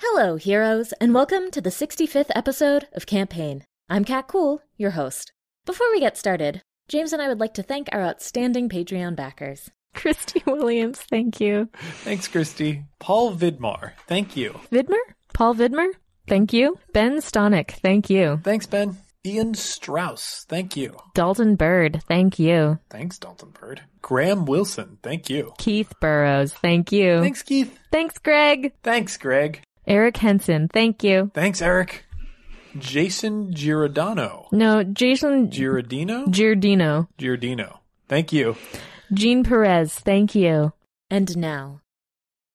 Hello, heroes, and welcome to the 65th episode of Campaign. I'm Kat Cool, your host. Before we get started, James and I would like to thank our outstanding Patreon backers. Christy Williams, thank you. Thanks, Christy. Paul Vidmar, thank you. Vidmer? Paul Vidmer? Thank you. Ben Stonick, thank you. Thanks, Ben. Ian Strauss, thank you. Dalton Bird, thank you. Thanks, Dalton Bird. Graham Wilson, thank you. Keith Burrows, thank you. Thanks, Keith. Thanks, Greg. Thanks, Greg. Eric Henson, thank you. Thanks, Eric. Jason Giordano. No, Jason Giordino? Giardino. Giordino. Thank you. Jean Perez, thank you. And now,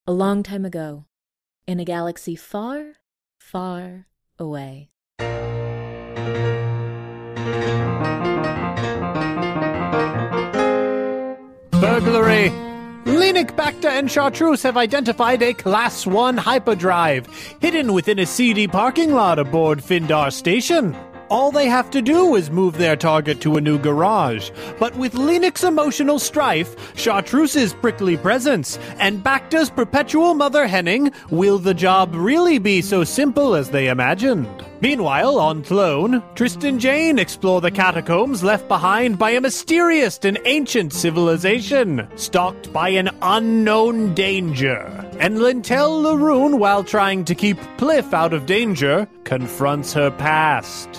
a long time ago, in a galaxy far, far away. Burglary. Lenik Bacta and Chartreuse have identified a Class 1 hyperdrive hidden within a seedy parking lot aboard Findar Station. All they have to do is move their target to a new garage. But with Lenik's emotional strife, Chartreuse's prickly presence, and Bacta's perpetual mother Henning, will the job really be so simple as they imagined? Meanwhile, on Clone, Tristan Jane explore the catacombs left behind by a mysterious and ancient civilization, stalked by an unknown danger. And Lintel Laroon, while trying to keep Pliff out of danger, confronts her past.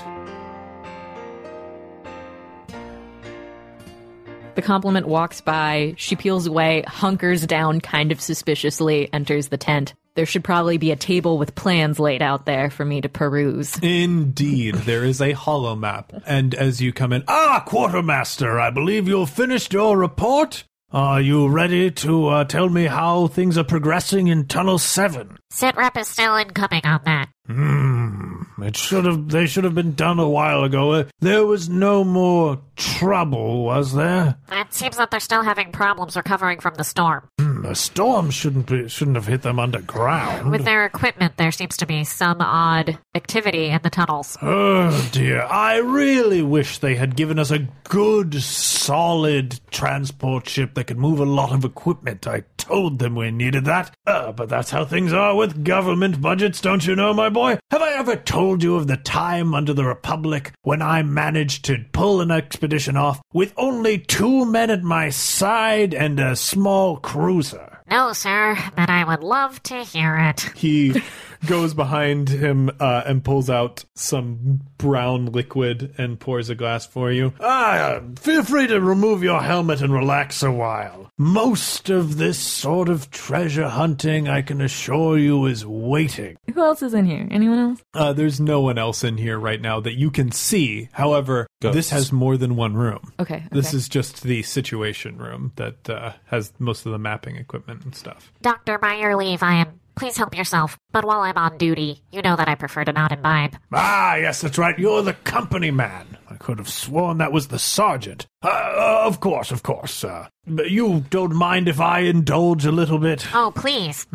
The compliment walks by, she peels away, hunkers down kind of suspiciously, enters the tent. There should probably be a table with plans laid out there for me to peruse. Indeed. There is a hollow map, and as you come in, Ah, Quartermaster, I believe you've finished your report. Are you ready to uh, tell me how things are progressing in Tunnel 7? Sit rep is still incoming on that. Hmm. It should have. They should have been done a while ago. Uh, There was no more trouble, was there? It seems that they're still having problems recovering from the storm. Hmm, A storm shouldn't be. Shouldn't have hit them underground. With their equipment, there seems to be some odd activity in the tunnels. Oh dear! I really wish they had given us a good, solid transport ship that could move a lot of equipment. I told them we needed that. Uh, but that's how things are with government budgets, don't you know, my boy? Have I ever told you of the time under the Republic when I managed to pull an expedition off with only two men at my side and a small cruiser? No, sir, but I would love to hear it. he goes behind him uh, and pulls out some brown liquid and pours a glass for you. Ah, feel free to remove your helmet and relax a while. Most of this sort of treasure hunting, I can assure you, is waiting. Who else is in here? Anyone else? Uh, there's no one else in here right now that you can see. However, this has more than one room. Okay. okay. This is just the situation room that uh, has most of the mapping equipment and stuff. Doctor, by your leave, I am. Please help yourself. But while I'm on duty, you know that I prefer to not imbibe. Ah, yes, that's right. You're the company man. I could have sworn that was the sergeant. Uh, uh, of course, of course. Uh, but you don't mind if I indulge a little bit? Oh, please.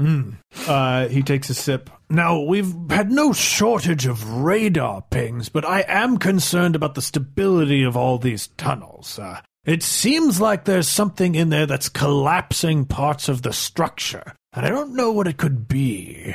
Uh, he takes a sip. Now, we've had no shortage of radar pings, but I am concerned about the stability of all these tunnels. Uh, it seems like there's something in there that's collapsing parts of the structure, and I don't know what it could be.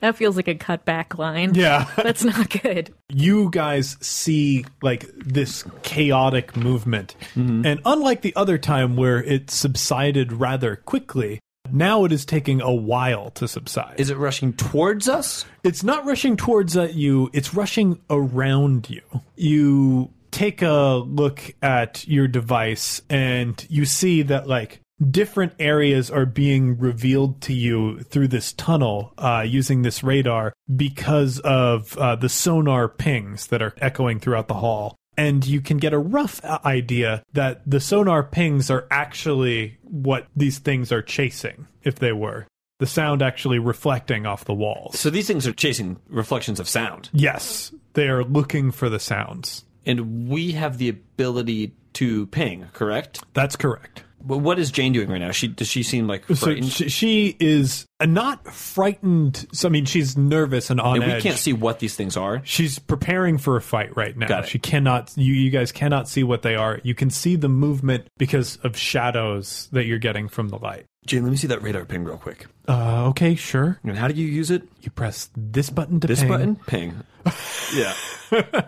that feels like a cutback line. Yeah. That's not good. you guys see like this chaotic movement. And unlike the other time where it subsided rather quickly, now it is taking a while to subside. Is it rushing towards us? It's not rushing towards uh, you, it's rushing around you. You take a look at your device and you see that, like, different areas are being revealed to you through this tunnel uh, using this radar because of uh, the sonar pings that are echoing throughout the hall. And you can get a rough uh, idea that the sonar pings are actually what these things are chasing, if they were. The sound actually reflecting off the walls. So these things are chasing reflections of sound. Yes, they are looking for the sounds. And we have the ability to ping, correct? That's correct. But what is Jane doing right now? She does she seem like So frightened? she, she is uh, not frightened. So, I mean, she's nervous and on And we edge. can't see what these things are. She's preparing for a fight right now. Got it. She cannot. You, you guys cannot see what they are. You can see the movement because of shadows that you're getting from the light. Jane, let me see that radar ping real quick. Uh, okay, sure. And how do you use it? You press this button to This ping, button? Ping. yeah.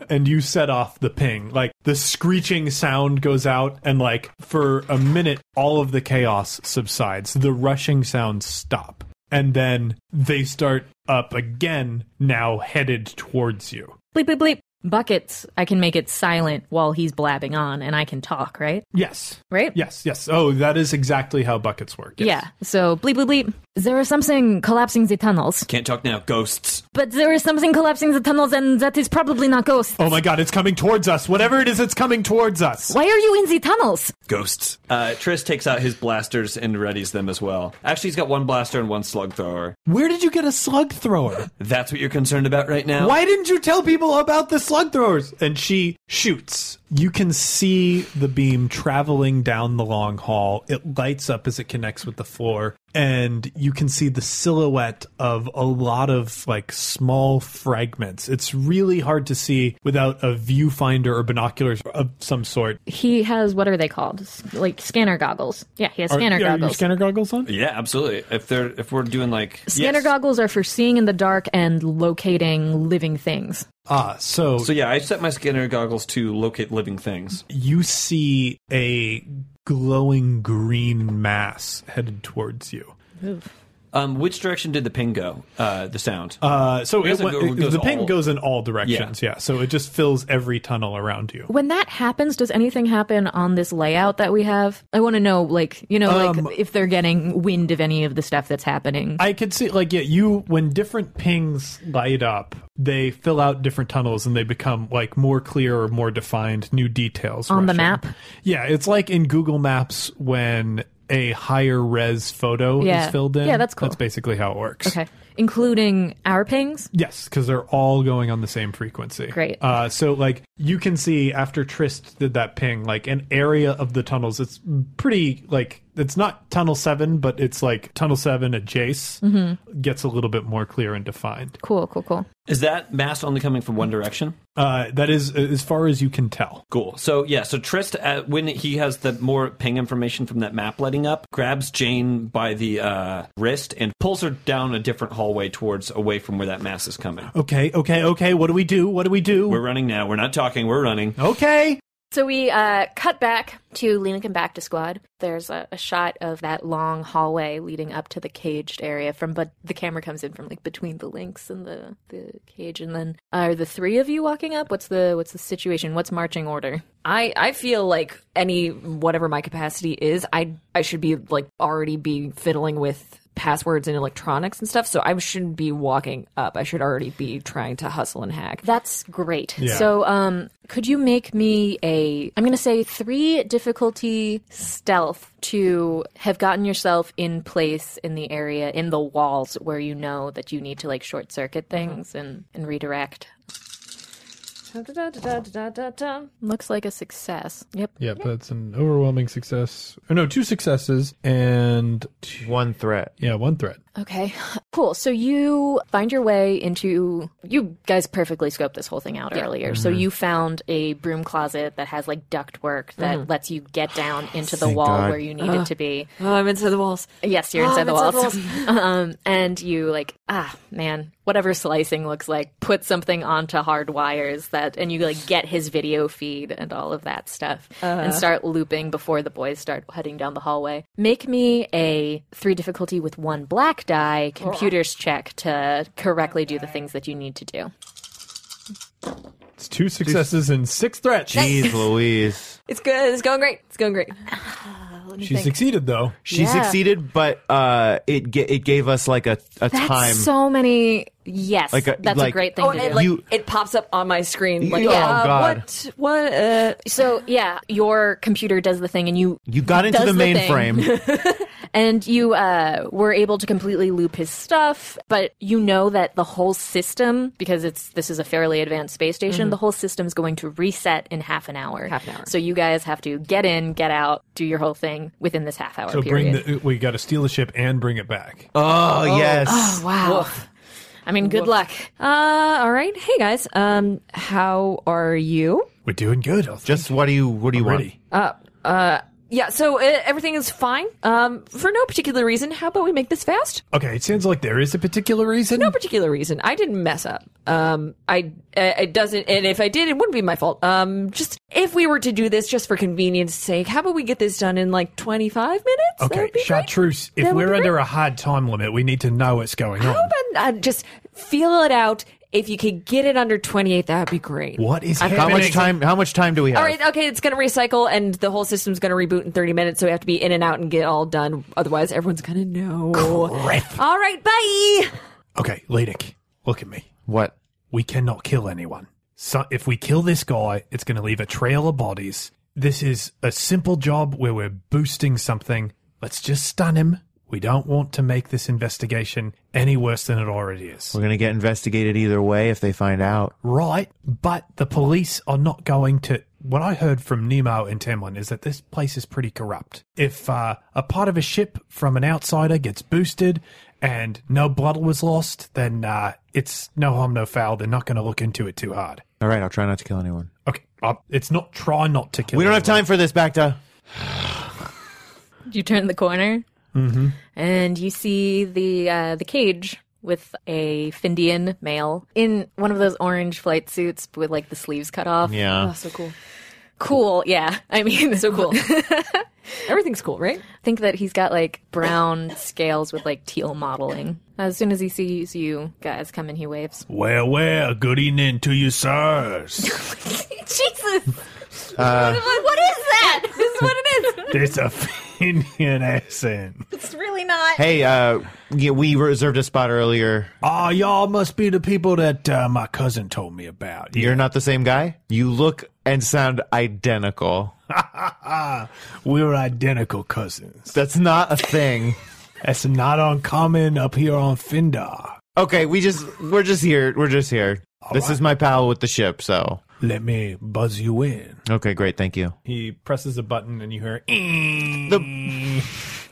and you set off the ping. Like the screeching sound goes out, and like for a minute, all of the chaos subsides. The rushing sounds stop, and then they start up again. Now headed towards you. Bleep, bleep, bleep. Buckets, I can make it silent while he's blabbing on and I can talk, right? Yes. Right? Yes, yes. Oh, that is exactly how buckets work. Yes. Yeah. So, bleep, bleep, bleep. There is something collapsing the tunnels. Can't talk now. Ghosts. But there is something collapsing the tunnels and that is probably not ghosts. Oh my god, it's coming towards us. Whatever it is, it's coming towards us. Why are you in the tunnels? Ghosts. Uh, Triss takes out his blasters and readies them as well. Actually, he's got one blaster and one slug thrower. Where did you get a slug thrower? That's what you're concerned about right now? Why didn't you tell people about the slug throwers? And she shoots. You can see the beam traveling down the long hall. It lights up as it connects with the floor. And you can see the silhouette of a lot of like small fragments. It's really hard to see without a viewfinder or binoculars of some sort. He has, what are they called? S- Like scanner goggles. Yeah, he has Are- scanner are your goggles. scanner goggles on? Yeah, absolutely. If they're if we're doing like Scanner Yes. goggles are for seeing in the dark and locating living things. Ah, so So yeah, I set my scanner goggles to locate living things. you see a glowing green mass headed towards you. Um, which direction did the ping go? Uh, the sound. Uh, so it, Because it went- go- goes the ping all- goes in all directions. Yeah. so it just fills every tunnel around you. When that happens, does anything happen on this layout that we have? I want to know, like, you know, Um, like if they're getting wind of any of the stuff that's happening. I could see, like, yeah, you when different pings light up, they fill out different tunnels and they become like more clear or more defined, new details On the rush in. map? Yeah, it's like in Google Maps when a higher res photo Yeah. is filled in. Yeah, that's cool. That's basically how it works. okay, including our pings. Yes, because they're all going on the same frequency. Great. Uh, so, like, you can see after Trist did that ping, like, an area of the tunnels. It's pretty, like, it's not Tunnel 7, but it's like Tunnel 7 adjace gets a little bit more clear and defined. Cool, cool, cool. Is that mass only coming from one direction? Uh, that is uh, as far as you can tell. Cool. So yeah, so Trist, uh, when he has the more ping information from that map lighting up, grabs Jane by the uh, wrist and pulls her down a different hallway towards away from where that mass is coming. Okay, okay, okay. What do we do? What do we do? We're running now. We're not talking. We're running. okay. So we uh, cut back to Lenik and back to squad. There's a, a shot of that long hallway leading up to the caged area from, but the camera comes in from like between the links and the, the cage, and then are the three of you walking up? What's the what's the situation? What's marching order? I, I feel like any whatever my capacity is, I I should be like already be fiddling with passwords and electronics and stuff. So I shouldn't be walking up. I should already be trying to hustle and hack. That's great. Yeah. So, um, could you make me a? I'm going to say three difficulty stealth to have gotten yourself in place in the area in the walls where you know that you need to like short circuit things and and redirect. Looks like a success. Yep. Yep, that's an overwhelming success. Oh, no, two successes and two, One threat. yeah, one threat. Okay. Cool. So you find your way into you guys perfectly scoped this whole thing out earlier. So you found a broom closet that has like ductwork that lets you get down into the wall God. where you need it to be. Oh, I'm inside the walls. Yes, you're Oh, inside the I'm walls. inside um, and you like, ah, man, whatever slicing looks like, put something onto hard wires that, and you like get his video feed and all of that stuff, Uh-huh. and start looping before the boys start heading down the hallway. Make me a three difficulty with one black die computers check to correctly do the things that you need to do. It's two successes and six threats. Jeez Louise. It's good. It's going great. It's going great. She succeeded though. She succeeded, but uh, it ga- it gave us like a, a That's time. so many. Yes, Like a- that's like- a great thing Oh, to do. and like You- it pops up on my screen. Like, Yeah. uh, Oh, God. What? What? Uh, so yeah, your computer does the thing, and you you got into does the the thing. mainframe. And you uh, were able to completely loop his stuff, but you know that the whole system, because it's this is a fairly advanced space station, the whole system's going to reset in Mm-hmm. half an hour. Half an hour. So you guys have to get in, get out, do your whole thing within this half hour So period. bring the we got to steal the ship and bring it back. Oh, yes. wow. I mean, good luck. Uh, all right. Hey guys. Um, how are you? We're doing good. Oh, I'll Just what do you what do you Already. want? Yeah. So uh, everything is fine. Um, for no particular reason. How about we make this fast? Okay, it sounds like there is a particular reason. No particular reason. I didn't mess up. Um, I uh, it doesn't, and if I did, it wouldn't be my fault. Um, just if we were to do this, just for convenience' sake, how about we get this done in like twenty five minutes? That okay, would be great. Chartreuse, if That would we're be under great. a hard time limit, we need to know what's going on. How about uh, just feel it out? If you could get it under twenty eight, that'd be great. What is How happening? much time how much time do we have? All right, okay, it's going to recycle and the whole system's going to reboot in 30 minutes, so we have to be in and out and get all done. Otherwise, everyone's going to know. Crap. All right, bye. Okay, Ledic, look at me. What? We cannot kill anyone. So if we kill this guy, it's going to leave a trail of bodies. This is a simple job where we're boosting something. Let's just stun him. We don't want to make this investigation any worse than it already is. We're gonna get investigated either way if they find out. Right, but the police are not going to. What I heard from Nemo and Tamlin is that this place is pretty corrupt. If uh, a part of a ship from an outsider gets boosted and no blood was lost, then uh, it's no harm, no foul. They're not going to look into it too hard. All right, I'll try not to kill anyone. Okay, uh, it's not try not to kill. We don't have time for this, Bacta. You turn the corner, Mm-hmm. and you see the uh, the cage with a Findian male in one of those orange flight suits with like the sleeves cut off. Yeah. so cool. Cool. Yeah. I mean, so cool. Everything's cool, right? think that he's got like brown scales with like teal modeling. As soon as he sees you guys come in, he waves. Well, well, good evening to you, sirs. Jesus! what is that? This is what it is. There's a Finian accent. It's really not. Hey, uh yeah, we reserved a spot earlier. Ah, y'all must be the people that uh, my cousin told me about. You're not the same guy? You look and sound identical. We're identical cousins. That's not a thing. That's not uncommon up here on Findar. Okay, we just we're just here. We're just here. this is my pal with the ship, so Let me buzz you in. okay, great, thank you. He presses a button and you hear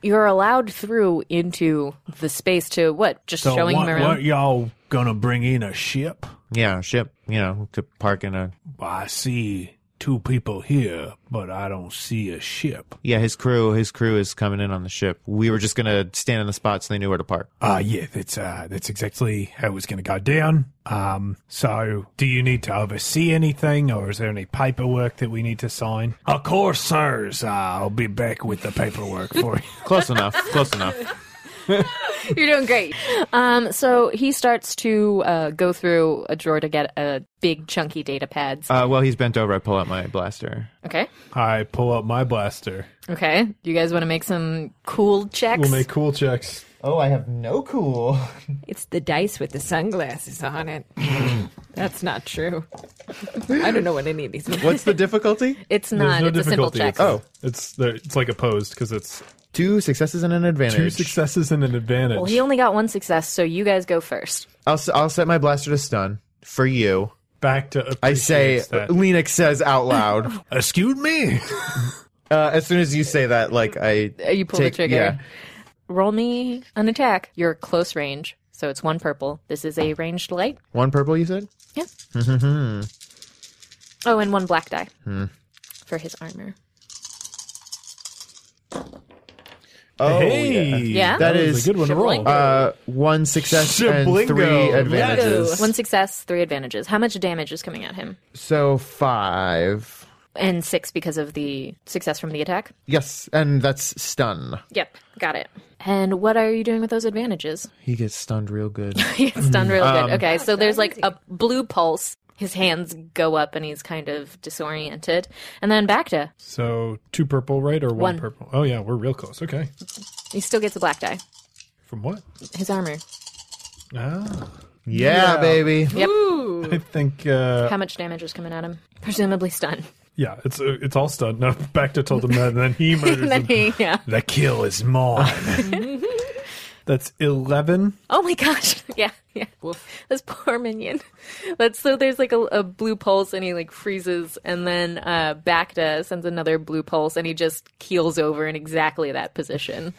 You're allowed through into the space to what? Just showing him around. y'all gonna bring in a ship? Yeah, ship, you know, to park in a I see two people here, but I don't see a ship. yeah, his crew, his crew is coming in on the ship. We were just gonna stand in the spot so they knew where to park. Ah, yeah, that's uh, that's exactly how it's gonna go down. Um, so do you need to oversee anything, or is there any paperwork that we need to sign? Of course, sirs. Uh, I'll be back with the paperwork for you. Close enough, close enough. You're doing great. Um, so he starts to uh, go through a drawer to get a big chunky data pads. Uh, well, he's bent over. I pull out my blaster. okay. I pull up my blaster. Okay. You guys want to make some cool checks? We'll make cool checks. Oh, I have no cool. It's the dice with the sunglasses on it. That's not true. I don't know what any of these mean. What's the difficulty? it's not. no it's a simple difficulty. check. Oh, It's there, it's like opposed because it's two successes and an advantage. two successes and an advantage. Well, he only got one success, so you guys go first. I'll s- I'll set my blaster to stun for you. Back to I say, appreciates that. Lenix says out loud. Excuse me. Uh, as soon as you say that, like I, Uh, You pull Take- the trigger. yeah. Roll me an attack. You're close range, so it's one purple. This is a ranged light. one purple. You said Yeah. oh, and one black die for his armor. Oh, hey, Yeah. that That was is a good one to roll. Shibling. uh, one success and Shiblingo. three advantages. One success, three advantages. How much damage is coming at him? So five. And six because of the success from the attack? Yes, and that's stun. Yep, got it. And what are you doing with those advantages? He gets stunned real good. it's done real good. Okay, so there's like a blue pulse. His hands go up and he's kind of disoriented. And then back to So two purple, right, or one, One. purple? Oh yeah, we're real close. Okay, he still gets a black die. from what? His armor. Ah, yeah, baby. I think uh, uh, How much damage is coming at him? Presumably stun. yeah, it's uh, it's all stunned. No, Bacta told him that, and then he murders him. yeah. The kill is mine. That's eleven. Oh my gosh. Yeah. Yeah. This poor minion. That's so there's like a, a blue pulse and he like freezes and then uh Bacta sends another blue pulse and he just keels over in exactly that position.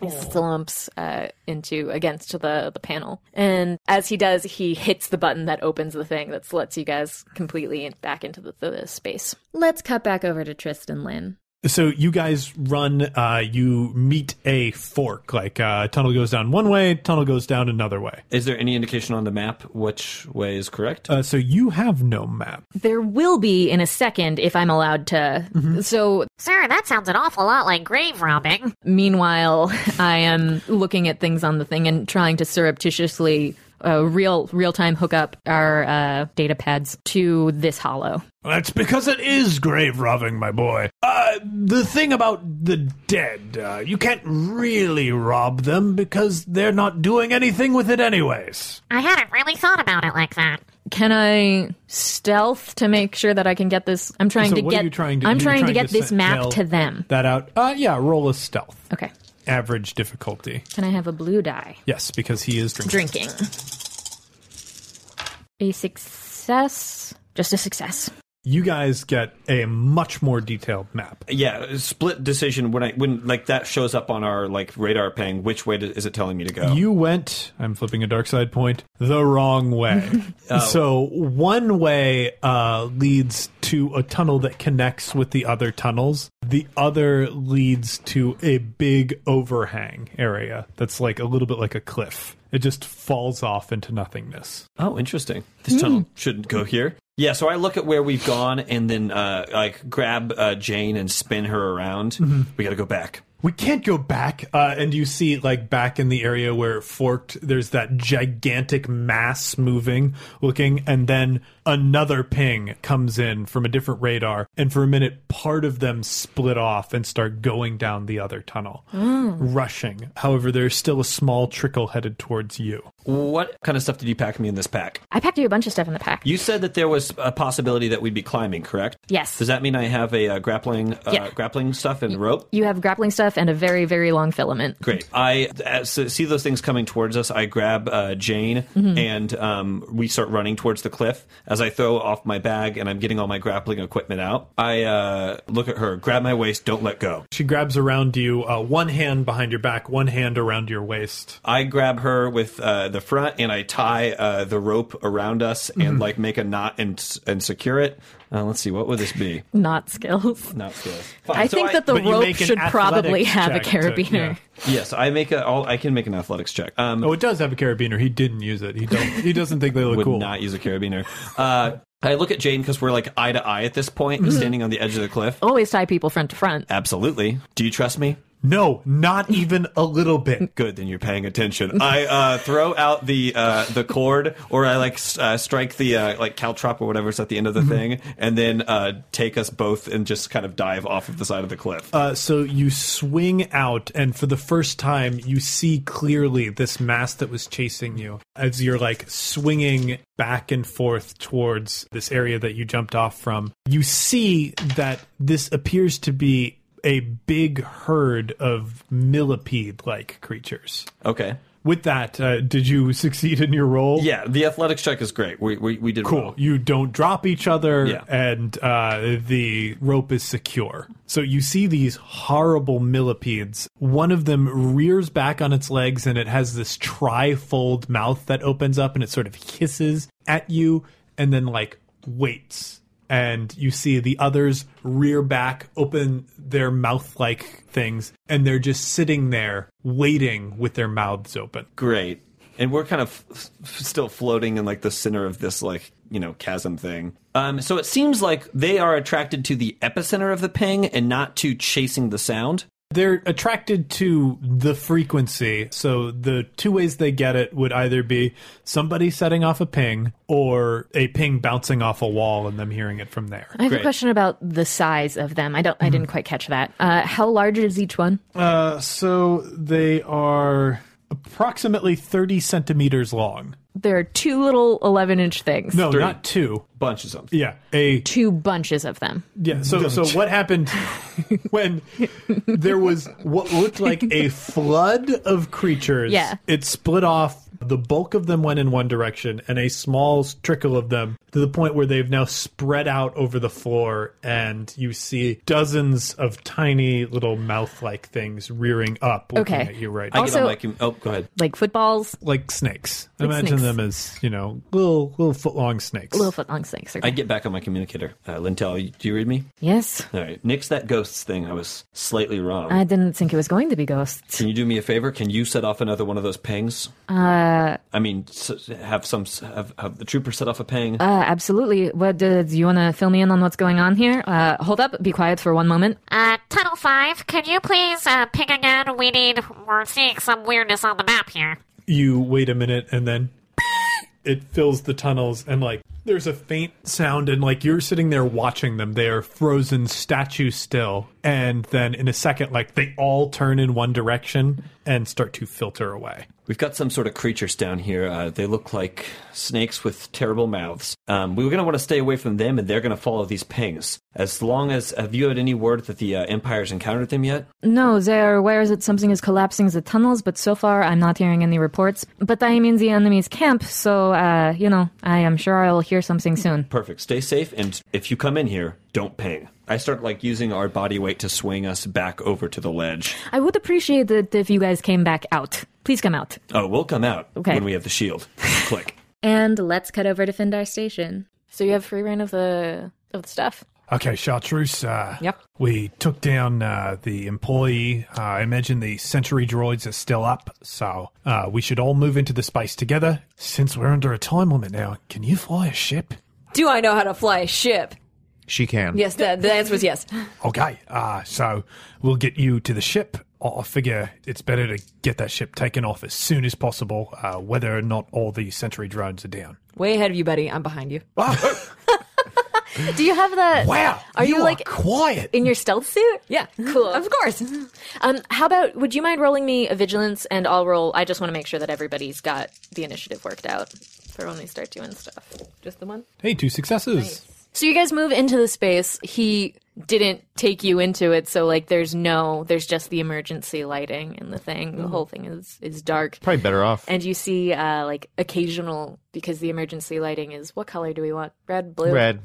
He slumps uh into against the the panel. And as he does, he hits the button that opens the thing that lets you guys completely in, back into the, the, the space. Let's cut back over to Tristan Lynn. So you guys run. Uh, you meet a fork. Like uh, tunnel goes down one way, tunnel goes down another way. Is there any indication on the map which way is correct? Uh, so you have no map. There will be in a second if I'm allowed to. So, Sir, that sounds an awful lot like grave robbing. meanwhile, I am looking at things on the thing and trying to surreptitiously uh, real real time hook up our uh, data pads to this hollow. That's because it is grave robbing, my boy. Uh, the thing about the dead, uh, you can't really rob them because they're not doing anything with it, anyways. I hadn't really thought about it like that. Can I stealth to make sure that I can get this? I'm trying So to what get. are you trying to? I'm you're trying, to get this sen- map nail to them. That out. Uh, yeah. Roll a stealth. Okay. Average difficulty. Can I have a blue die? Yes, because he is drinking. Drinking. A success. Just a success. You guys get a much more detailed map. yeah, split decision when I when like that shows up on our like radar ping. Which way to, is it telling me to go? You went, I'm flipping a dark side point, the wrong way. So one way uh, leads to a tunnel that connects with the other tunnels. The other leads to a big overhang area that's like a little bit like a cliff. It just falls off into nothingness. oh, interesting. This Hmm. tunnel shouldn't go here. Yeah, so I look at where we've gone and then uh, like grab uh, Jane and spin her around. Mm-hmm. We got to go back. We can't go back. Uh, and you see, like, back in the area where it forked, there's that gigantic mass moving looking. And then another ping comes in from a different radar. And for a minute, part of them split off and start going down the other tunnel, Mm. rushing. However, there's still a small trickle headed towards you. What kind of stuff did you pack me in this pack? I packed you a bunch of stuff in the pack. You said that there was a possibility that we'd be climbing, correct? Yes. Does that mean I have a uh, grappling uh, Yeah. grappling stuff and rope? You have grappling stuff and a very very long filament. Great. I uh, so see those things coming towards us. I grab uh, Jane Mm-hmm. and um, we start running towards the cliff. As I throw off my bag and I'm getting all my grappling equipment out, I uh, look at her, grab my waist, don't let go. She grabs around you, uh, one hand behind your back, one hand around your waist. I grab her with uh, the front and I tie uh, the rope around us and like make a knot and and secure it. Uh, let's see, what would this be? Not skills. Not skills. I think that the but you rope make an should probably athletics have a check to- carabiner. yeah. yes, I make a. I'll, I can make an athletics check. Um, Oh, it does have a carabiner. He didn't use it. He, don't, he doesn't think they look would Oh, cool. not use a carabiner. Uh, I look at Jane because we're like eye to eye at this point, standing on the edge of the cliff. Always tie people front to front. Absolutely. Do you trust me? No, not even a little bit. Good, then you're paying attention. I uh, throw out the uh, the cord, or I like s- uh, strike the uh, like caltrop or whatever's at the end of the thing, and then uh, take us both and just kind of dive off of the side of the cliff. Uh, so you swing out, and for the first time, you see clearly this mass that was chasing you as you're like swinging back and forth towards this area that you jumped off from. You see that this appears to be a big herd of millipede like creatures. okay. With that, uh, did you succeed in your role? Yeah, the athletics check is great. We we, we did Cool. well. You don't drop each other, Yeah. and uh, the rope is secure. So you see these horrible millipedes. One of them rears back on its legs, and it has this trifold mouth that opens up, and it sort of hisses at you, and then like waits. And you see the others rear back, open their mouth like things, and they're just sitting there waiting with their mouths open. Great. And we're kind of f- f- still floating in like the center of this like, you know, chasm thing. Um, so it seems like they are attracted to the epicenter of the ping and not to chasing the sound. They're attracted to the frequency. So the two ways they get it would either be somebody setting off a ping or a ping bouncing off a wall and them hearing it from there. I have Great. a question about the size of them. I don't. I Mm. didn't quite catch that. Uh, how large is each one? Uh, so they are approximately 30 centimeters long. There are two little 11 inch things. No, not two. bunches of them. Yeah, a Two bunches of them. yeah. So so what happened when there was what looked like a flood of creatures? Yeah. it split off. The bulk of them went in one direction, and a small trickle of them to the point where they've now spread out over the floor, and you see dozens of tiny little mouth-like things rearing up, looking Okay. at you right I now. get on my com- oh, go ahead. Like footballs, like snakes. Imagine snakes. them as you know little little foot long snakes. little foot long snakes. Okay. I get back on my communicator. Uh, Lintel, you- do you read me? yes. All right. Nix that ghosts thing. I was slightly wrong. I didn't think it was going to be ghosts. Can you do me a favor? Can you set off another one of those pangs? Uh, I mean, s- have some have, have the trooper set off a pang. Uh, absolutely. What uh, do you want to fill me in on what's going on here? Uh, hold up. Be quiet for one moment. Uh, Tunnel 5, can you please uh, ping again? We need, we're seeing some weirdness on the map here. you wait a minute and then it fills the tunnels and like there's a faint sound and like you're sitting there watching them they are frozen statue still and then in a second like they all turn in one direction and start to filter away We've got some sort of creatures down here. Uh, they look like snakes with terrible mouths. Um, we were going to want to stay away from them, and they're going to follow these pangs. As long as have you had any word that the uh, empire's encountered them yet? No, there. Where is it? Something is collapsing the tunnels, but so far I'm not hearing any reports. But I'm in the enemy's camp, so uh, you know I am sure I'll hear something soon. Perfect. Stay safe, and if you come in here, don't pang. I start like using our body weight to swing us back over to the ledge. I would appreciate it if you guys came back out. Please come out. Oh, we'll come out Okay. when we have the shield. Click. And let's cut over to Findar Station. So you have free reign of the of the stuff. okay chartreuse uh Yep. we took down uh, the employee uh, i imagine the century droids are still up so uh, we should all move into the space together since we're under a time limit now can you fly a ship Do I know how to fly a ship? She can. Yes, the, the answer is yes. Okay, uh, so we'll get you to the ship. I I figure it's better to get that ship taken off as soon as possible, uh, whether or not all the sentry drones are down. Way ahead of you, buddy. I'm behind you. Do you have the Oh, Wow, Are you, like quiet? in your stealth suit? Yeah. Cool. Of course. Um, how about would you mind rolling me a vigilance and I'll roll I just want to make sure that everybody's got the initiative worked out for when we start doing stuff. Just the one? hey, two successes. So you guys move into the space. He didn't take you into it, so like there's no there's just the emergency lighting and the thing. The whole thing is is dark. Probably better off. And you see uh like occasional because the emergency lighting is what color do we want? Red, blue? Red,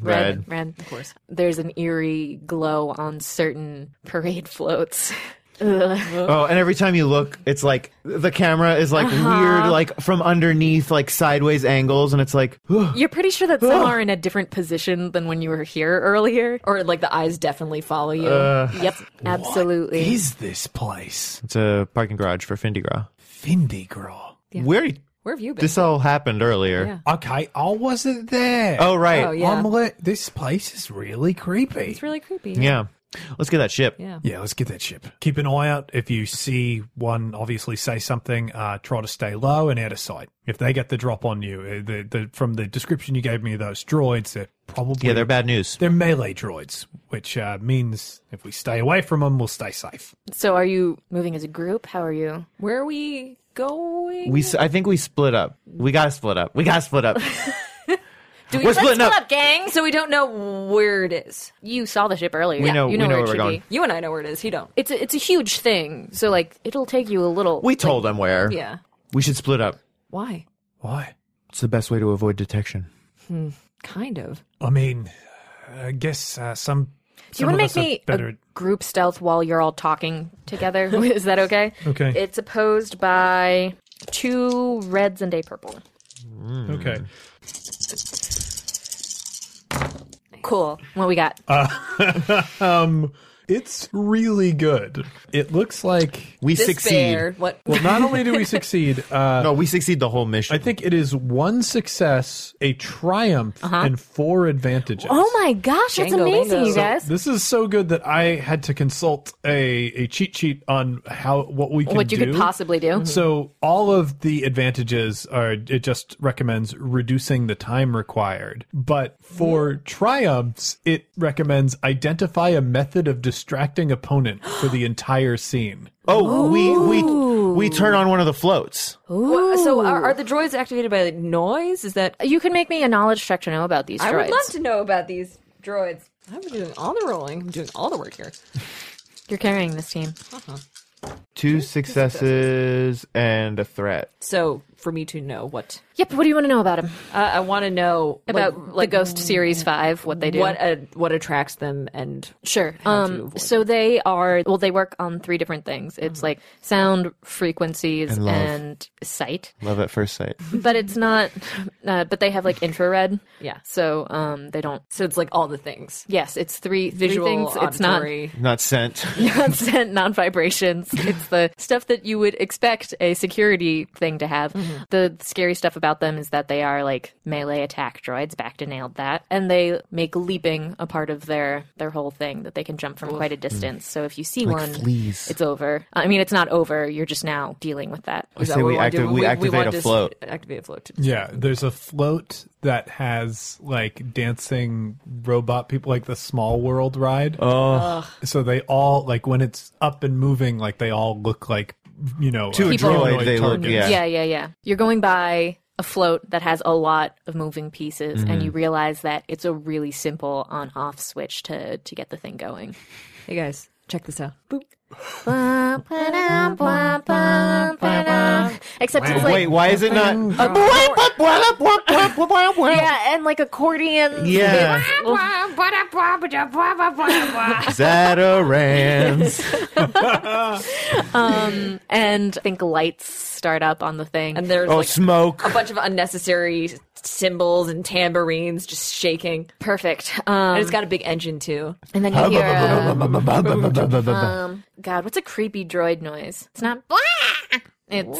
red. red, red. Of course. There's an eerie glow on certain parade floats. Ugh. Oh, and every time you look, it's like the camera is like weird, like from underneath, like sideways angles, and it's like, You're pretty sure that Oh. some are in a different position than when you were here earlier. Or like the eyes definitely follow you. Yep, absolutely. Is this place it's a parking garage for Findigra. Findigraw? Where Where have you been? this all happened earlier. Okay, I wasn't there. Oh right, Oh, yeah. Omelette, this place is really creepy. it's really creepy. yeah. Let's get that ship. Yeah. yeah, let's get that ship. Keep an eye out. If you see one, obviously say something. Uh, try to stay low and out of sight. If they get the drop on you, uh, the, the, from the description you gave me of those droids, they're probably Yeah, they're bad news. They're melee droids, which uh, means if we stay away from them, we'll stay safe. So, are you moving as a group? How are you? Where are we going? We, s- I think we split up. We gotta split up. We gotta split up. Do we We're let's splitting split up. gang. So we don't know where it is. You saw the ship earlier. We know- you know, we know where, where it we're should going. be. You and I know where it is. He don't. It's a, it's a huge thing. So, like, it'll take you a little. We told them where. Yeah. We should split up. Why? Why? It's the best way to avoid detection. Kind of. I mean, I guess uh, some. Do you want to make me better? a group stealth while you're all talking together? Is that okay? Okay. It's opposed by two reds and a purple. okay. Cool. What we got? Uh, Um, it's really good. It looks like. We Despair. succeed. What? Well, not only do we succeed, uh, No, we succeed the whole mission. I think it is one success, a triumph, and four advantages. Uh-huh. oh my gosh, that's Django amazing, Mango. you guys. This is so good that I had to consult a, a cheat sheet on how what we can what you do. could possibly do. So all of the advantages are it just recommends reducing the time Mm. required. But for triumphs, it recommends identify a method of distracting opponent for the entire scene. Oh, we we we turn on one of the floats. Wha- So are, are the droids activated by noise? Is that You can make me a knowledge check to know about these droids. I would love to know about these droids. I'm doing all the rolling. I'm doing all the work here. You're carrying this team. Two successes and a threat. So for me to know what Yep. What do you want to know about them? uh, I want to know like, Mm. About like, the Ghost Series Five, what they do. what uh, what attracts them and Sure. how to Um, avoid Uh-huh. so they are well. They work on three different things. It's like sound, frequencies, And and, love. sight. Love at first sight. But it's not. Uh, but they have like infrared. Yeah. So um, they don't. So it's like all the things. Yes, it's three three Visual, things. It's not auditory. Not sent. constant non vibrations. It's the stuff that you would expect a security thing to have. The scary stuff about them is that they are like melee attack droids. Back to nailed that, and they make leaping a part of their their whole thing that they can jump from quite a distance. So if you see one, fleas. it's over. I mean, it's not over. You're just now dealing with that. I say we, active, we, activate a float. activate a float. To Yeah, there's a float that has like dancing robot people, like the Small World ride. Oh, so they all like when it's up and moving, like they all look like you know To a uh, droid, they look- targets. yeah. Yeah, yeah, yeah. You're going by a float that has a lot of moving pieces, and you realize that it's a really simple on off switch to to get the thing going. Hey guys, check this out. Boop. Except it's like Wait, why is it not? yeah, and like accordion. Yeah. Zatarans. Um, and I think lights start up on the thing. And there's Oh, like smoke. a bunch of unnecessary cymbals and tambourines just shaking. perfect. Um, And it's got a big engine too. and then you hear a, It's um, God, what's a creepy droid noise? It's not. It's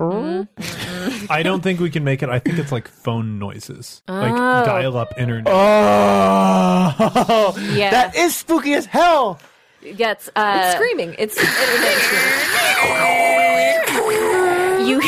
I don't think we can make it. I think it's like phone noises, like dial up internet. Oh, Yeah. that is spooky as hell. gets uh, It's screaming. It's internet screaming. you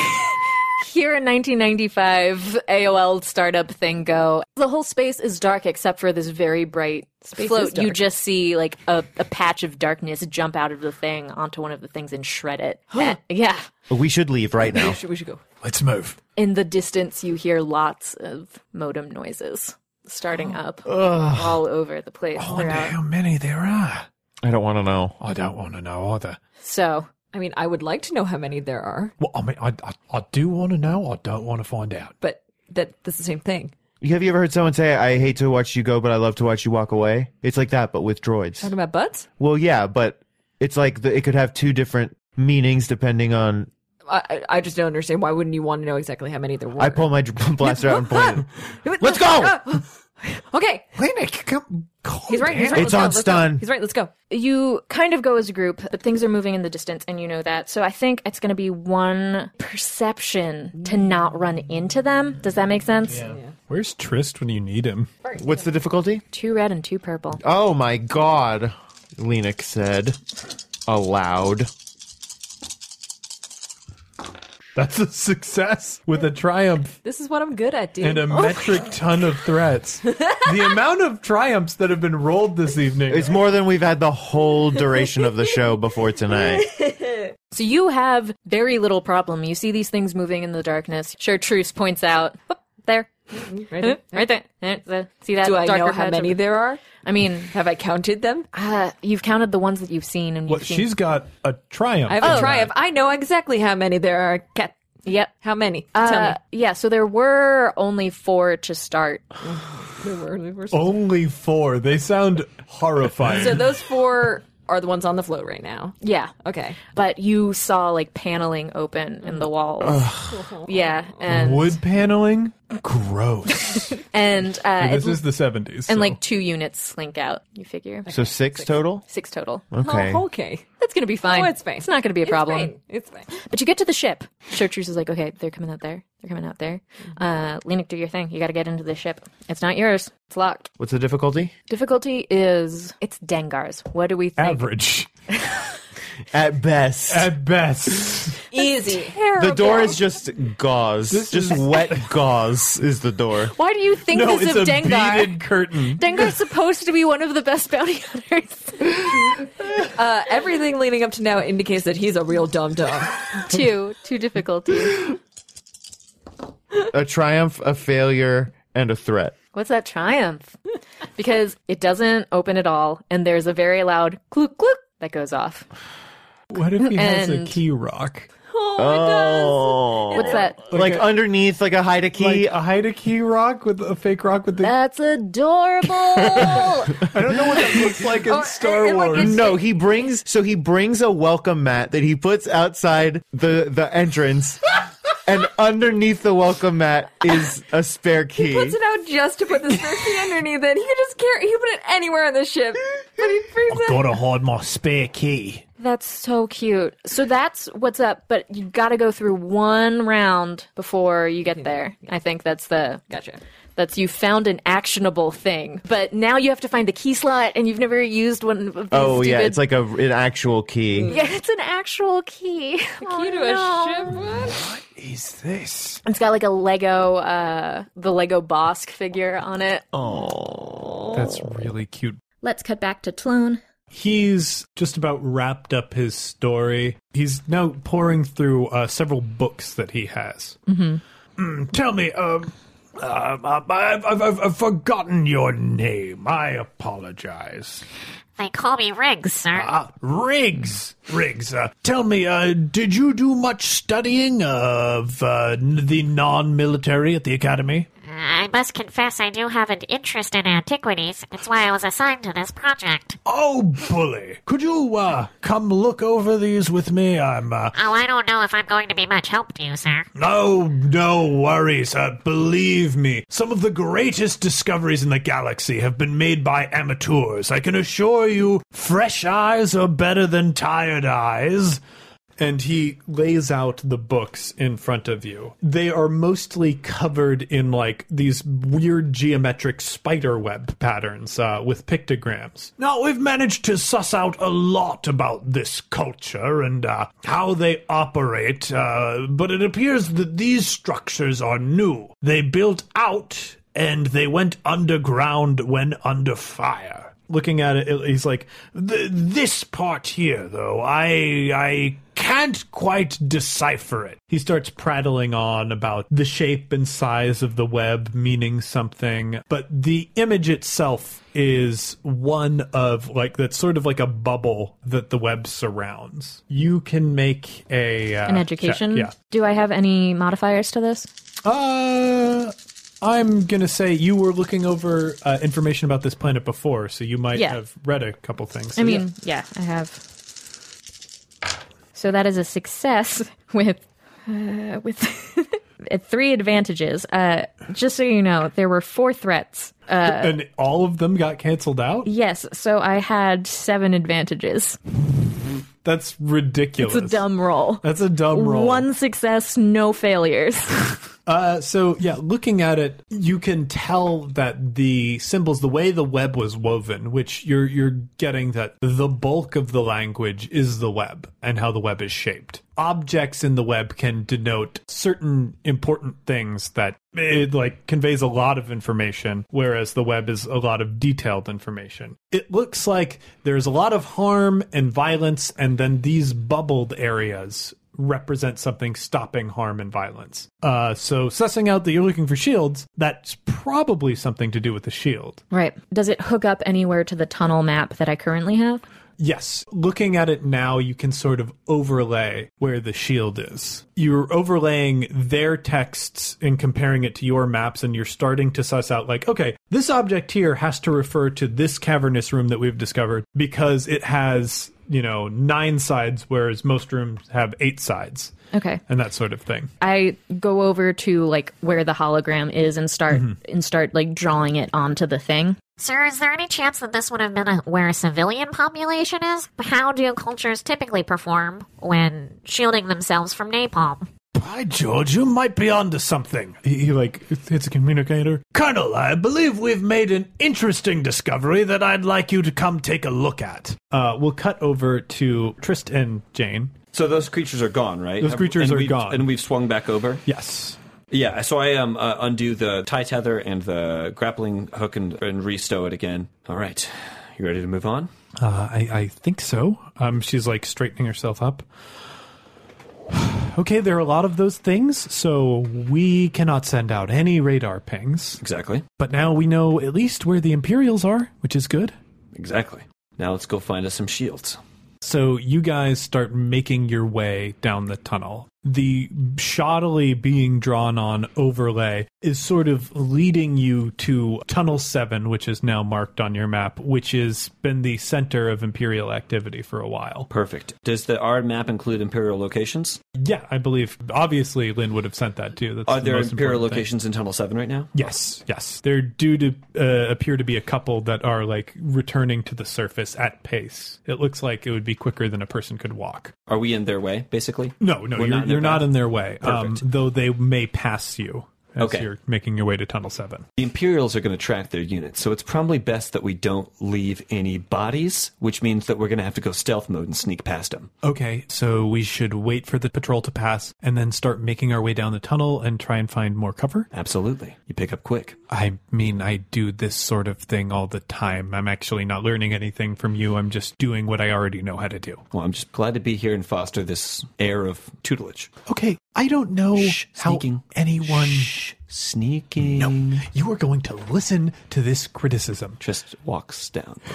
hear a 1995 AOL startup thing go. The whole space is dark except for this very bright float. You just see like a, a patch of darkness jump out of the thing onto one of the things and shred it. Uh, yeah. We should leave right now. Should- We should go. Let's move. In the distance, you hear lots of modem noises starting up all over the place. Oh, throughout. Oh, How many there are? I don't want to know. I don't want to know either. So I mean, I would like to know how many there are, Well, I mean, I I, I do want to know. I don't want to find out. but that that's the same thing. Have you ever heard someone say, "I hate to watch you go, but I love to watch you walk away"? It's like that, but with droids. Talking about butts? Well, yeah, but it's like the, it could have two different meanings depending on. I, I- I just don't understand. Why wouldn't you want to know exactly how many there were? I pull my dr- blaster out and point it. Let's go! okay. Link, come. He's right. He's right. let's It's go, on let's go. stun. He's right. Let's go. you kind of go as a group, but things are moving in the distance, and you know that. So I think it's going to be one perception to not run into them. Does that make sense? Where's Trist when you need him? What's the difficulty? Two red and two purple. Oh my god, Lenik said aloud. That's a success with a triumph This is what I'm good at, dude. and um, a Oh. metric ton of threats. the amount of triumphs that have been rolled this evening. It's more than we've had the whole duration of the show before tonight. So you have very little problem. You see these things moving in the darkness. Sure, Truce points out "Whoop, there, Right huh, there. right there. There, there. See that? Do I darker know how patch many of- there are? I mean, Have I counted them? uh, you've counted the ones that you've seen, and What, you've seen- she's got a triumph. I have a triumph. I know exactly how many there are. Cat. Yep. How many? Uh, yeah. So there were only four to start. Tell me. Where- where- where's- Only four. They sound horrifying. So those four are the ones on the float right now. Yeah. Okay. But you saw like paneling open in the walls. Yeah. And Wood paneling? Gross. and uh, this it- is the 70s. and so- like two units slink out. You figure So six total? six total. Okay. Oh, okay. That's gonna be fine. Oh, it's fine. It's not gonna be a problem. It's fine. It's fine. But you get to the ship. Chartreuse is like, okay, they're coming out there. They're coming out there. Mm-hmm. Uh, Lenik, do your thing. You got to get into the ship. It's not yours. It's locked. What's the difficulty? Difficulty is it's Dengar's. What do we think? average. At best. At best. Easy. The door is just gauze. just wet gauze is the door. Why do you think No, this it's of a Dengar? beaded curtain. Dengar's supposed to be one of the best bounty hunters. Uh, everything leading up to now indicates that he's a real dumb dumb. two, two difficulties. A triumph, a failure, and a threat. What's that triumph? Because it doesn't open at all, and there's a very loud cluck cluck that goes off. What if he has a And- key rock? Oh, oh. What's that? Like underneath, like a hide a key. Like a hide a key rock with a fake rock with the. That's adorable. I don't know what that looks like in Star Wars. no, he brings so he brings a welcome mat that he puts outside the the entrance, and underneath the welcome mat is a spare key. He puts it out just to put the turkey underneath it. He could just carry. He could put it anywhere on the ship, but he brings it. Gotta hide my spare key. That's so cute. So that's what's up, but you got to go through one round before you get there. I think that's the Gotcha. that's you found an actionable thing, but now you have to find the key slot, and you've never used one of these. Oh yeah, stupid- it's like a an actual key. yeah, it's an actual key. Key Is this? It's got like a Lego, uh, the Lego Bosk figure on it. Oh, that's really cute. Let's cut back to Tlone. He's just about wrapped up his story. He's now pouring through uh, several books that he has. Mm, tell me, um, um, I've, I've, I've, I've forgotten your name. I apologize. They call me Riggs, sir. Ah, Riggs. Riggs, uh, tell me, uh, did you do much studying of uh, n- the non military at the academy? I must confess I do have an interest in antiquities. It's why I was assigned to this project. Oh, bully. Could you uh, come look over these with me? I'm. Uh, Oh, I don't know if I'm going to be much help to you, sir. No, no worries. Uh, believe me, some of the greatest discoveries in the galaxy have been made by amateurs. I can assure you, fresh eyes are better than tired eyes. And he lays out the books in front of you. They are mostly covered in like these weird geometric spider web patterns uh, with pictograms. Now, we've managed to suss out a lot about this culture and uh, how they operate, uh, but it appears that these structures are new. They built out and they went underground when under fire looking at it, it- he's like, "Th- "This part here, though, I I can't quite decipher it." He starts prattling on about the shape and size of the web meaning something, but the image itself is one of like that's sort of like a bubble that the web surrounds. You can make a uh, An education. check, yeah. Do I have any modifiers to this? Uh, I'm gonna say you were looking over uh, information about this planet before, so you might Yeah. have read a couple things. I mean, yeah. I have. So that is a success with uh, with three advantages. Uh, just so you know, there were four threats. Uh, and all of them got canceled out. yes, so I had seven advantages. That's ridiculous. It's a dumb roll. That's a dumb roll. One success, no failures. Uh, so yeah, looking at it, you can tell that the symbols, the way the web was woven, which you're you're getting that the bulk of the language is the web and how the web is shaped. Objects in the web can denote certain important things that it like conveys a lot of information, whereas the web is a lot of detailed information. It looks like there's a lot of harm and violence, and then these bubbled areas represent something stopping harm and violence. Uh, so sussing out that you're looking for shields, that's probably something to do with the shield. right. Does it hook up anywhere to the tunnel map that I currently have? Yes, looking at it now, you can sort of overlay where the shield is. You're overlaying their texts and comparing it to your maps, and you're starting to suss out, like, okay, this object here has to refer to this cavernous room that we've discovered because it has, you know, nine sides, whereas most rooms have eight sides, Okay. and that sort of thing. I go over to like where the hologram is and start and start like drawing it onto the thing. Sir, is there any chance that this would have been a, where a civilian population is? How do cultures typically perform when shielding themselves from napalm? By George, you might be onto something. He, he like hits a communicator. Colonel, I believe we've made an interesting discovery that I'd like you to come take a look at. Uh, we'll cut over to Trist and Jane. So those creatures are gone, right? Those creatures and are we've- gone. and we've swung back over. Yes. Yeah, so I um, uh, undo the tie tether and the grappling hook and, and restow it again. All right, you ready to move on? Uh, I, I think so. Um, she's like straightening herself up. okay, there are a lot of those things, so we cannot send out any radar pings. Exactly. But now we know at least where the Imperials are, which is good. Exactly. Now let's go find us some shields. So you guys start making your way down the tunnel. The shoddily being drawn on overlay is sort of leading you to Tunnel 7, which is now marked on your map, which has been the center of Imperial activity for a while. Perfect. Does the our map include Imperial locations? Yeah, I believe. Obviously, Lynn would have sent that too. That's Are the there most Imperial important thing. locations in Tunnel 7 right now? Yes, yes. There do to uh, appear to be a couple that are like returning to the surface at pace. It looks like it would be quicker than a person could walk. Are we in their way, basically? No, no, We're you're, not in their you're not path. in their way. Um, though they may pass you as Okay. you're making your way to Tunnel 7. The Imperials are going to track their units, so it's probably best that we don't leave any bodies, which means that we're going to have to go stealth mode and sneak past them. Okay, so we should wait for the patrol to pass and then start making our way down the tunnel and try and find more cover? Absolutely. You pick up quick. I mean, I do this sort of thing all the time. I'm actually not learning anything from you. I'm just doing what I already know how to do. Well, I'm just glad to be here and foster this air of tutelage. Okay, I don't know Oh, how anyone sneaking. No, you are going to listen to this criticism. Just walks down the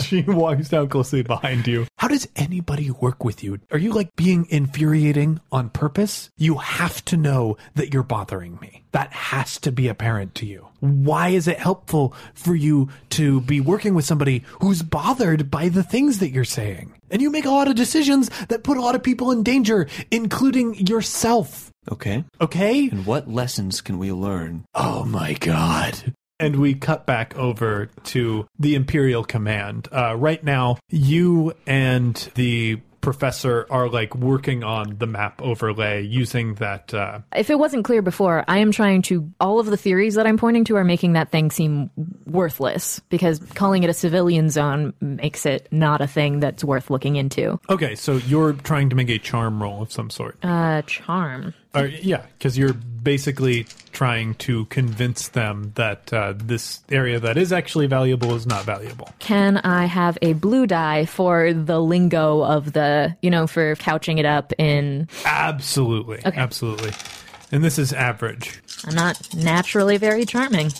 she walks down closely behind you. How does anybody work with you? Are you like being infuriating on purpose? You have to know that you're bothering me. That has to be apparent to you. Why is it helpful for you to be working with somebody who's bothered by the things that you're saying? And you make a lot of decisions that put a lot of people in danger, including yourself. Okay. Okay? And what lessons can we learn? Oh my god. And we cut back over to the Imperial Command. Uh, right now, you and the professor are like working on the map overlay using that. Uh, If it wasn't clear before, I am trying to. All of the theories that I'm pointing to are making that thing seem worthless because calling it a civilian zone makes it not a thing that's worth looking into. okay, so you're trying to make a charm roll of some sort. Uh, charm. Uh, yeah, because you're basically trying to convince them that uh, this area that is actually valuable is not valuable. Can I have a blue die for the lingo of the, you know, for couching it up in. Absolutely. Okay. Absolutely. And this is average. I'm not naturally very charming.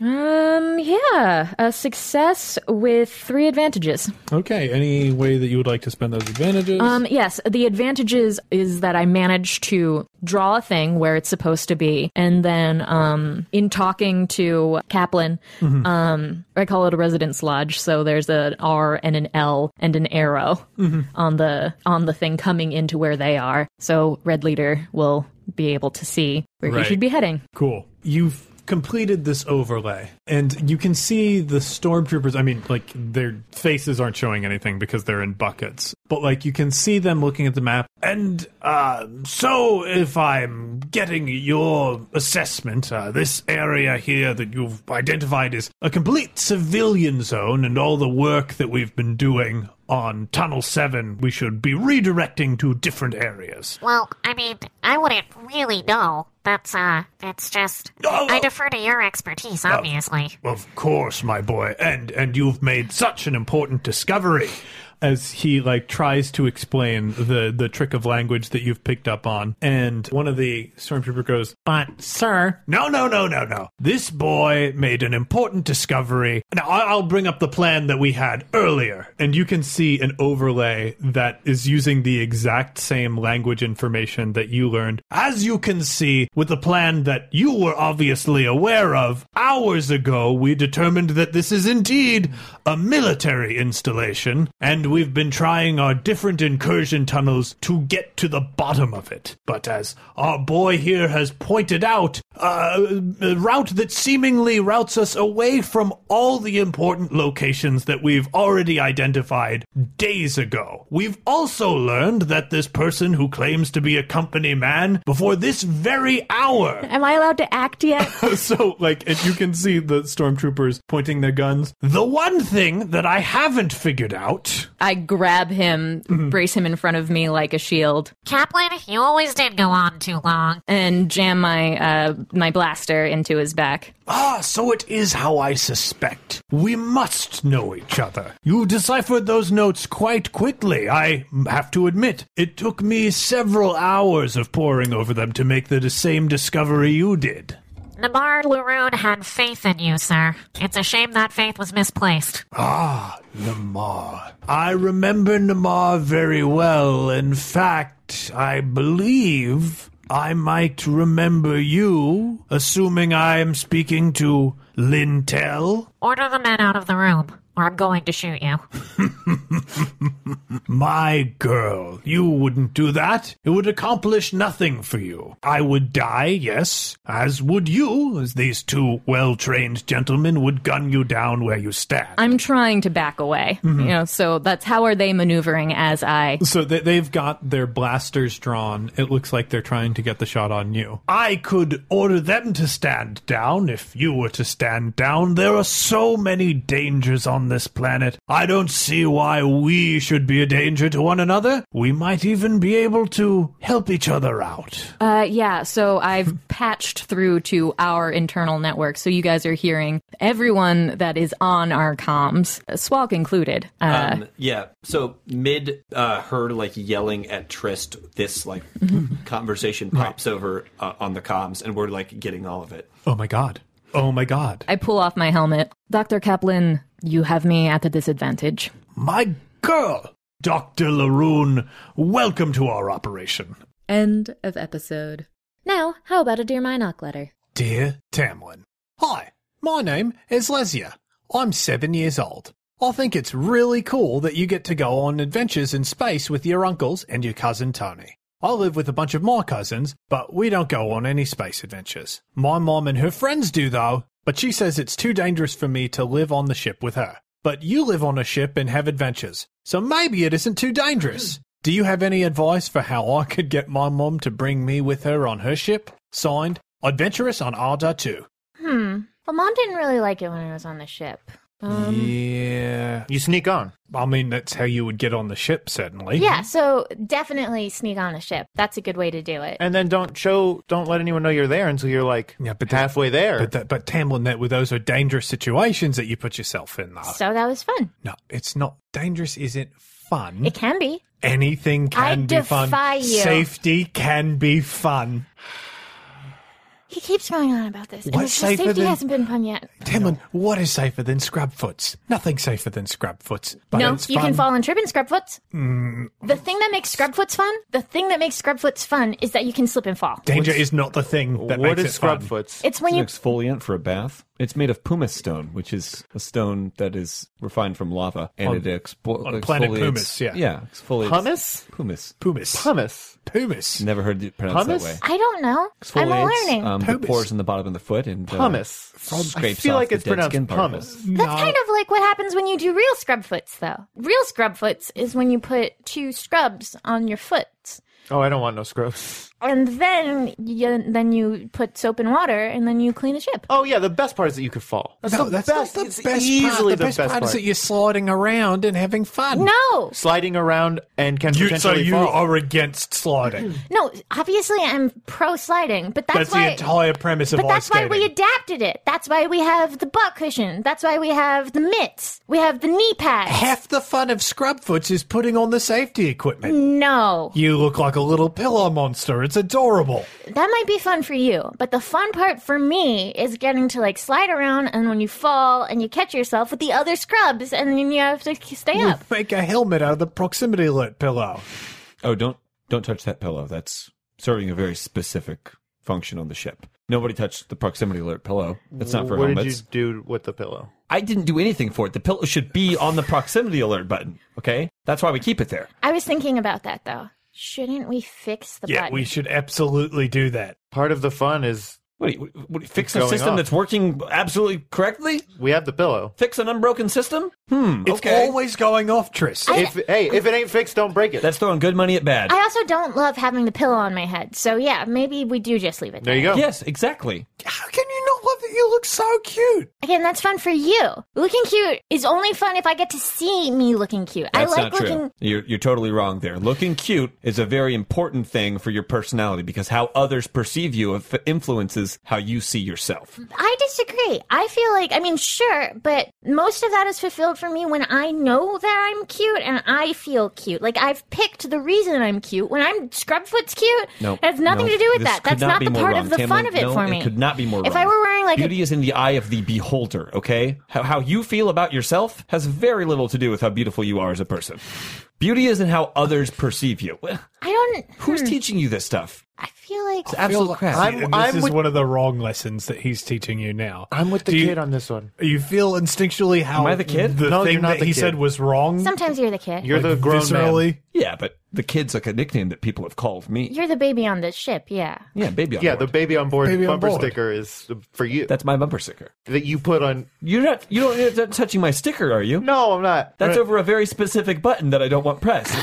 Um, yeah. A success with three advantages. Okay, any way that you would like to spend those advantages? Um, yes, the advantages is that I managed to draw a thing where it's supposed to be, and then um, in talking to Kaplan, um, I call it a residence lodge. So there's an R and an L and an arrow on the on the thing coming into where they are. So Red Leader will be able to see where he Right. should be heading. Cool. You've completed this overlay, and you can see the stormtroopers. I mean, like, their faces aren't showing anything because they're in buckets, but, like, you can see them looking at the map. And, uh, so if I'm getting your assessment, uh, this area here that you've identified is a complete civilian zone, and all the work that we've been doing on Tunnel 7, we should be redirecting to different areas. Well, I mean, I wouldn't really know. That's, uh, that's just. Oh, I defer to your expertise, obviously. Of course, my boy, and and you've made such an important discovery. As he like tries to explain the the trick of language that you've picked up on, and one of the stormtrooper goes, "But sir, no, no, no, no, no. This boy made an important discovery. Now I- I'll bring up the plan that we had earlier, and you can see an overlay that is using the exact same language information that you learned. As you can see, with the plan that you were obviously aware of hours ago, we determined that this is indeed a military installation, and we've been trying our different incursion tunnels to get to the bottom of it. But as our boy here has pointed out, uh, route that seemingly routes us away from all the important locations that we've already identified days ago. We've also learned that this person who claims to be a company man before this very hour Am I allowed to act yet? so like and you can see the stormtroopers pointing their guns The one thing that I haven't figured out. I grab him, brace him in front of me like a shield, Kaplan, you always did go on too long. and jam my uh, my blaster into his back. Ah, so it is how I suspect. We must know each other. You deciphered those notes quite quickly, I have to admit. It took me several hours of poring over them to make the d- same discovery you did. Nabar Laroon had faith in you, sir. It's a shame that faith was misplaced. Ah, Namar. I remember Namar very well. In fact, I believe I might remember you, assuming I am speaking to Lintel. Order the men out of the room, or I'm going to shoot you. My girl, you wouldn't do that. It would accomplish nothing for you. I would die, yes, as would you, as these two well trained gentlemen would gun you down where you stand. I'm trying to back away, you know. So that's how are they maneuvering as I so they, they've got their blasters drawn it looks like they're trying to get the shot on you I could order them to stand down if you were to stand down. There are so many dangers on this planet. I don't see why we should be a danger to one another. We might even be able to help each other out. Uh, yeah, so I've patched through to our internal network, so you guys are hearing everyone that is on our comms, uh, Swalk included. Uh, Um, yeah. So mid uh, her like yelling at Trist, this like Mm-hmm. conversation pops over uh, on the comms, and we're like getting all of it. oh my god oh my god I pull off my helmet. Dr. Kaplan, you have me at a disadvantage. My girl! Dr. Laroon, welcome to our operation. End of episode. Now, how about a Dear Minoc letter? Dear Tamlin, Hi, my name is Lesia. I'm seven years old. I think it's really cool that you get to go on adventures in space with your uncles and your cousin Tony. I live with a bunch of my cousins, but we don't go on any space adventures. My mom and her friends do, though, but she says it's too dangerous for me to live on the ship with her. But you live on a ship and have adventures, so maybe it isn't too dangerous. Do you have any advice for how I could get my mom to bring me with her on her ship? Signed, Adventurous on Arda 2. Hmm. Well, Mom didn't really like it when I was on the ship. yeah. You sneak on. i mean that's how you would get on the ship certainly Yeah, so definitely sneak on a ship. That's a good way to do it. And then don't show, don't let anyone know you're there until you're like Yeah, but that- halfway there. but that, but Tamlin, that those are dangerous situations that you put yourself in. Though So that was fun. no, it's not dangerous. Isn't fun. It can be. Anything can I be fun. defy you. Safety can be fun. He keeps going on about this. and What's it's just safer safety than- hasn't been fun yet. Tamlin, what is safer than Scrabfoots? Nothing safer than Scrabfoots. But no, it's you fun. Hmm. can fall and trip in Scrubfoots. The thing that makes Scrubfoots fun, the thing that makes Scrubfoots fun is that you can slip and fall. Danger is not the thing that what makes is it fun. Scrubfoots? It's when you It's an exfoliant for a bath. It's made of pumice stone, which is a stone that is refined from lava, and On- it expo- on planet exfoliates- Pumice, yeah. yeah, exfoliates Hummus? pumice. Pumice. Hummus. Pumice. Never heard it pronounced Hummus? that way. I don't know. I'm Exfoliates, learning. Um, the Pumice. pores in the bottom of the foot and uh, Hummus. I scrapes feel off like the it's dead pronounced skin particles. hummus. That's kind of like what happens when you do real scrubfoots, though. Real scrubfoots is when you put two scrubs on your foot, Oh, I don't want no scrubs. and then you, then you put soap and water, and then you clean the ship. Oh yeah, the best part is that you could fall. That's No, the that's best. not it's the best easily part. The, the best, part, is part. that you're sliding around and having fun. No, sliding around and can You, so potentially you fall. are against sliding. no. Obviously, I'm pro sliding, but that's, That's why. the entire premise of but that's ice why skating. we adapted it. That's why we have the butt cushion. That's why we have the mitts. We have the knee pads. Half the fun of Scrubfoots is putting on the safety equipment. Mm. no, You look like a little pillow monster. It's adorable. that might be fun for you, but the fun part for me is getting to like slide around, and when you fall and you catch yourself with the other scrubs, and then you have to stay You up. make a helmet out of the proximity alert pillow. Oh, don't don't touch that pillow. That's serving a very specific function on the ship. Nobody touched the proximity alert pillow. That's not for what helmets. did you do with the pillow? I didn't do anything for it. The pillow should be on the proximity alert button. Okay, that's why we keep it there. I was thinking about that though. Shouldn't we fix the Yeah, button? we should absolutely do that. Part of the fun is What do you, what do you fix a Going system off. that's working absolutely correctly? We have the pillow. Fix an unbroken system? Hmm. It's always going off, Tris. If, hey, if it ain't fixed, don't break it. That's throwing good money at bad. I also don't love having the pillow on my head, so yeah, maybe we do just leave it. There you go. Yes, exactly. How can you not love it? You look so cute. Again, that's fun for you. Looking cute is only fun if I get to see me looking cute. That's I like not true. looking. You're, you're totally wrong there. Looking cute is a very important thing for your personality because how others perceive you inf- influences how you see yourself. I disagree. I feel like, I mean, sure, but most of that is fulfilled for me when I know that I'm cute and I feel cute. Like, I've picked the reason I'm cute. When I'm Scrubfoot's cute, No, it has nothing no, to do with this that. could That's not, be the more part wrong. of the fun Tamlin, of it no, for me. It could not be more If wrong. I were wearing, like, a- beauty is in the eye of the beholder. Okay, how, how you feel about yourself has very little to do with how beautiful you are as a person. Beauty is in how others perceive you. I don't. hmm, Who's teaching you this stuff? I feel like. It's absolute crap. I'm, this I'm- I'm is with- one of the wrong lessons that he's teaching you now. I'm with the Do you- kid on this one. You feel instinctually how Am I the kid? The No, thing you're not that the he kid. said was wrong. Sometimes you're the kid. Like, viscerally. Yeah, but the kid's like a nickname that people have called me. You're the baby on the ship, yeah. Yeah, baby on yeah, board. the baby on board Baby on bumper board. sticker is for you. That's my bumper sticker that you put on. You're not. You don't. You're not touching my sticker, are you? No, I'm not. That's Right. over a very specific button that I don't want pressed.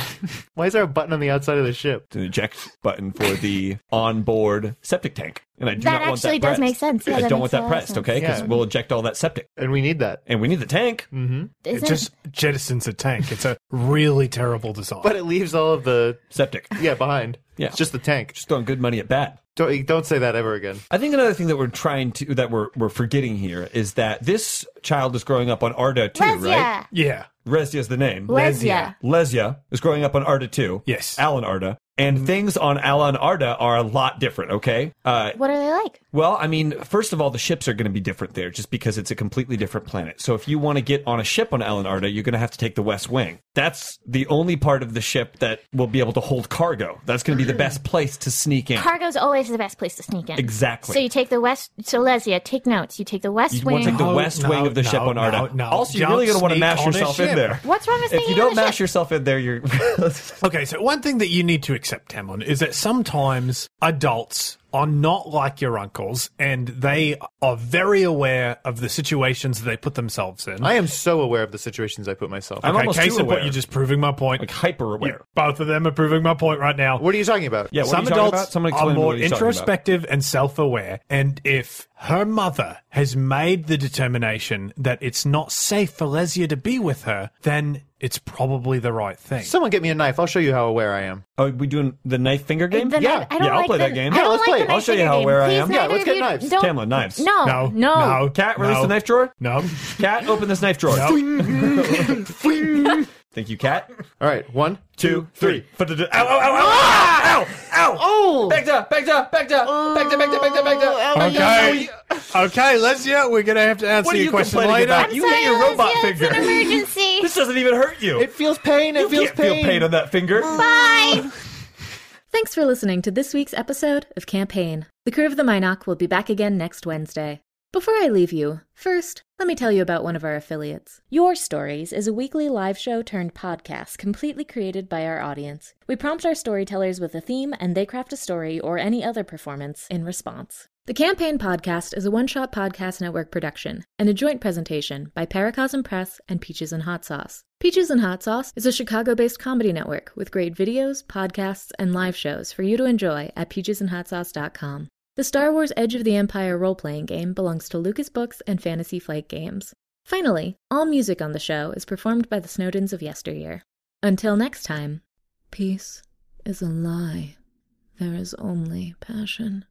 Why is there a button on the outside of the ship? It's an eject button for the onboard septic tank, and I do That not want actually that does pressed. make sense. Yeah, I that don't want makes a that lot of pressed, sense. okay? Because Yeah. we'll eject all that septic, and we need that, and we need the tank. Mm-hmm. It just jettisons a tank. It's a really terrible design. But it leaves all of the septic. Yeah, behind. Yeah, It's just the tank. Just throwing good money at bat. Don't don't say that ever again. I think another thing that we're trying to that we're we're forgetting here is that this child is growing up on Arda too, right? Lesia. Yeah. Lesya is the name. Lesia. Lesya is growing up on Arda too. Yes. Mm-hmm. Alan Arda. And things on Alan Arda are a lot different, okay? Uh, What are they like? well, I mean, first of all, the ships are going to be different there just because it's a completely different planet. So if you want to get on a ship on Alan Arda, you're going to have to take the West Wing. That's the only part of the ship that will be able to hold cargo. That's going to be the best place to sneak in. Cargo's always the best place to sneak in. Exactly. So you take the west. So Lesia, take notes. You take the west you wing. want to take the No, west no, wing of the no, ship on Arda. no, no. Also, you're Don't really going to want to sneak mash on a yourself in ship. there. What's wrong with If sneaking you in don't the mash ship? yourself in there, you're Okay, so one thing that you need to accept, Tamlin, is that sometimes adults are not like your uncles and they are very aware of the situations that they put themselves in. I am so aware of the situations I put myself. okay, in. case in point, you're just proving my point. like hyper aware. Both of them are proving my point right now. What are you talking about? Yeah, what are Some you talking about? adults Someone are explain more what he's talking about. introspective and self aware. And if her mother has made the determination that it's not safe for Lesia to be with her, then it's probably the right thing. Someone get me a knife. I'll show you how aware I am. Oh, we doing the knife finger game? The Yeah. knife- I don't Yeah, I'll like play the- that game. I Yeah, don't let's like play it. the knife I'll show you finger how game. aware I Please, am. Yeah, neither let's of get you- knives. Don't, Tamlin, knives. No, No. no. No. Cat, release no, the knife drawer. No. Cat, open this knife drawer. Thank you, Cat. All right, one, two, three. Ow, ow, ow, ow, ow, ow, Oh! Back up, back up, back up, back up, back up, back up, back Oh, up. Okay. Okay, Lesia, we're going to have to answer What are your you question complaining later. about? You hit your robot Lesia, It's an finger. emergency. This doesn't even hurt you. It feels pain. It You feels can't feel pain on that finger. Bye. Thanks for listening to this week's episode of Campaign. The crew of the Minoc will be back again next Wednesday. Before I leave you, first, let me tell you about one of our affiliates. Your Stories is a weekly live show turned podcast completely created by our audience. We prompt our storytellers with a theme and they craft a story or any other performance in response. The Campaign Podcast is a one shot podcast network production and a joint presentation by Paracosm Press and Peaches and Hot Sauce. Peaches and Hot Sauce is a Chicago based comedy network with great videos, podcasts, and live shows for you to enjoy at peachesandhotsauce.com. The Star Wars Edge of the Empire role playing game belongs to Lucas Books and Fantasy Flight Games. Finally, all music on the show is performed by the Snowdens of yesteryear. Until next time, peace is a lie. There is only passion.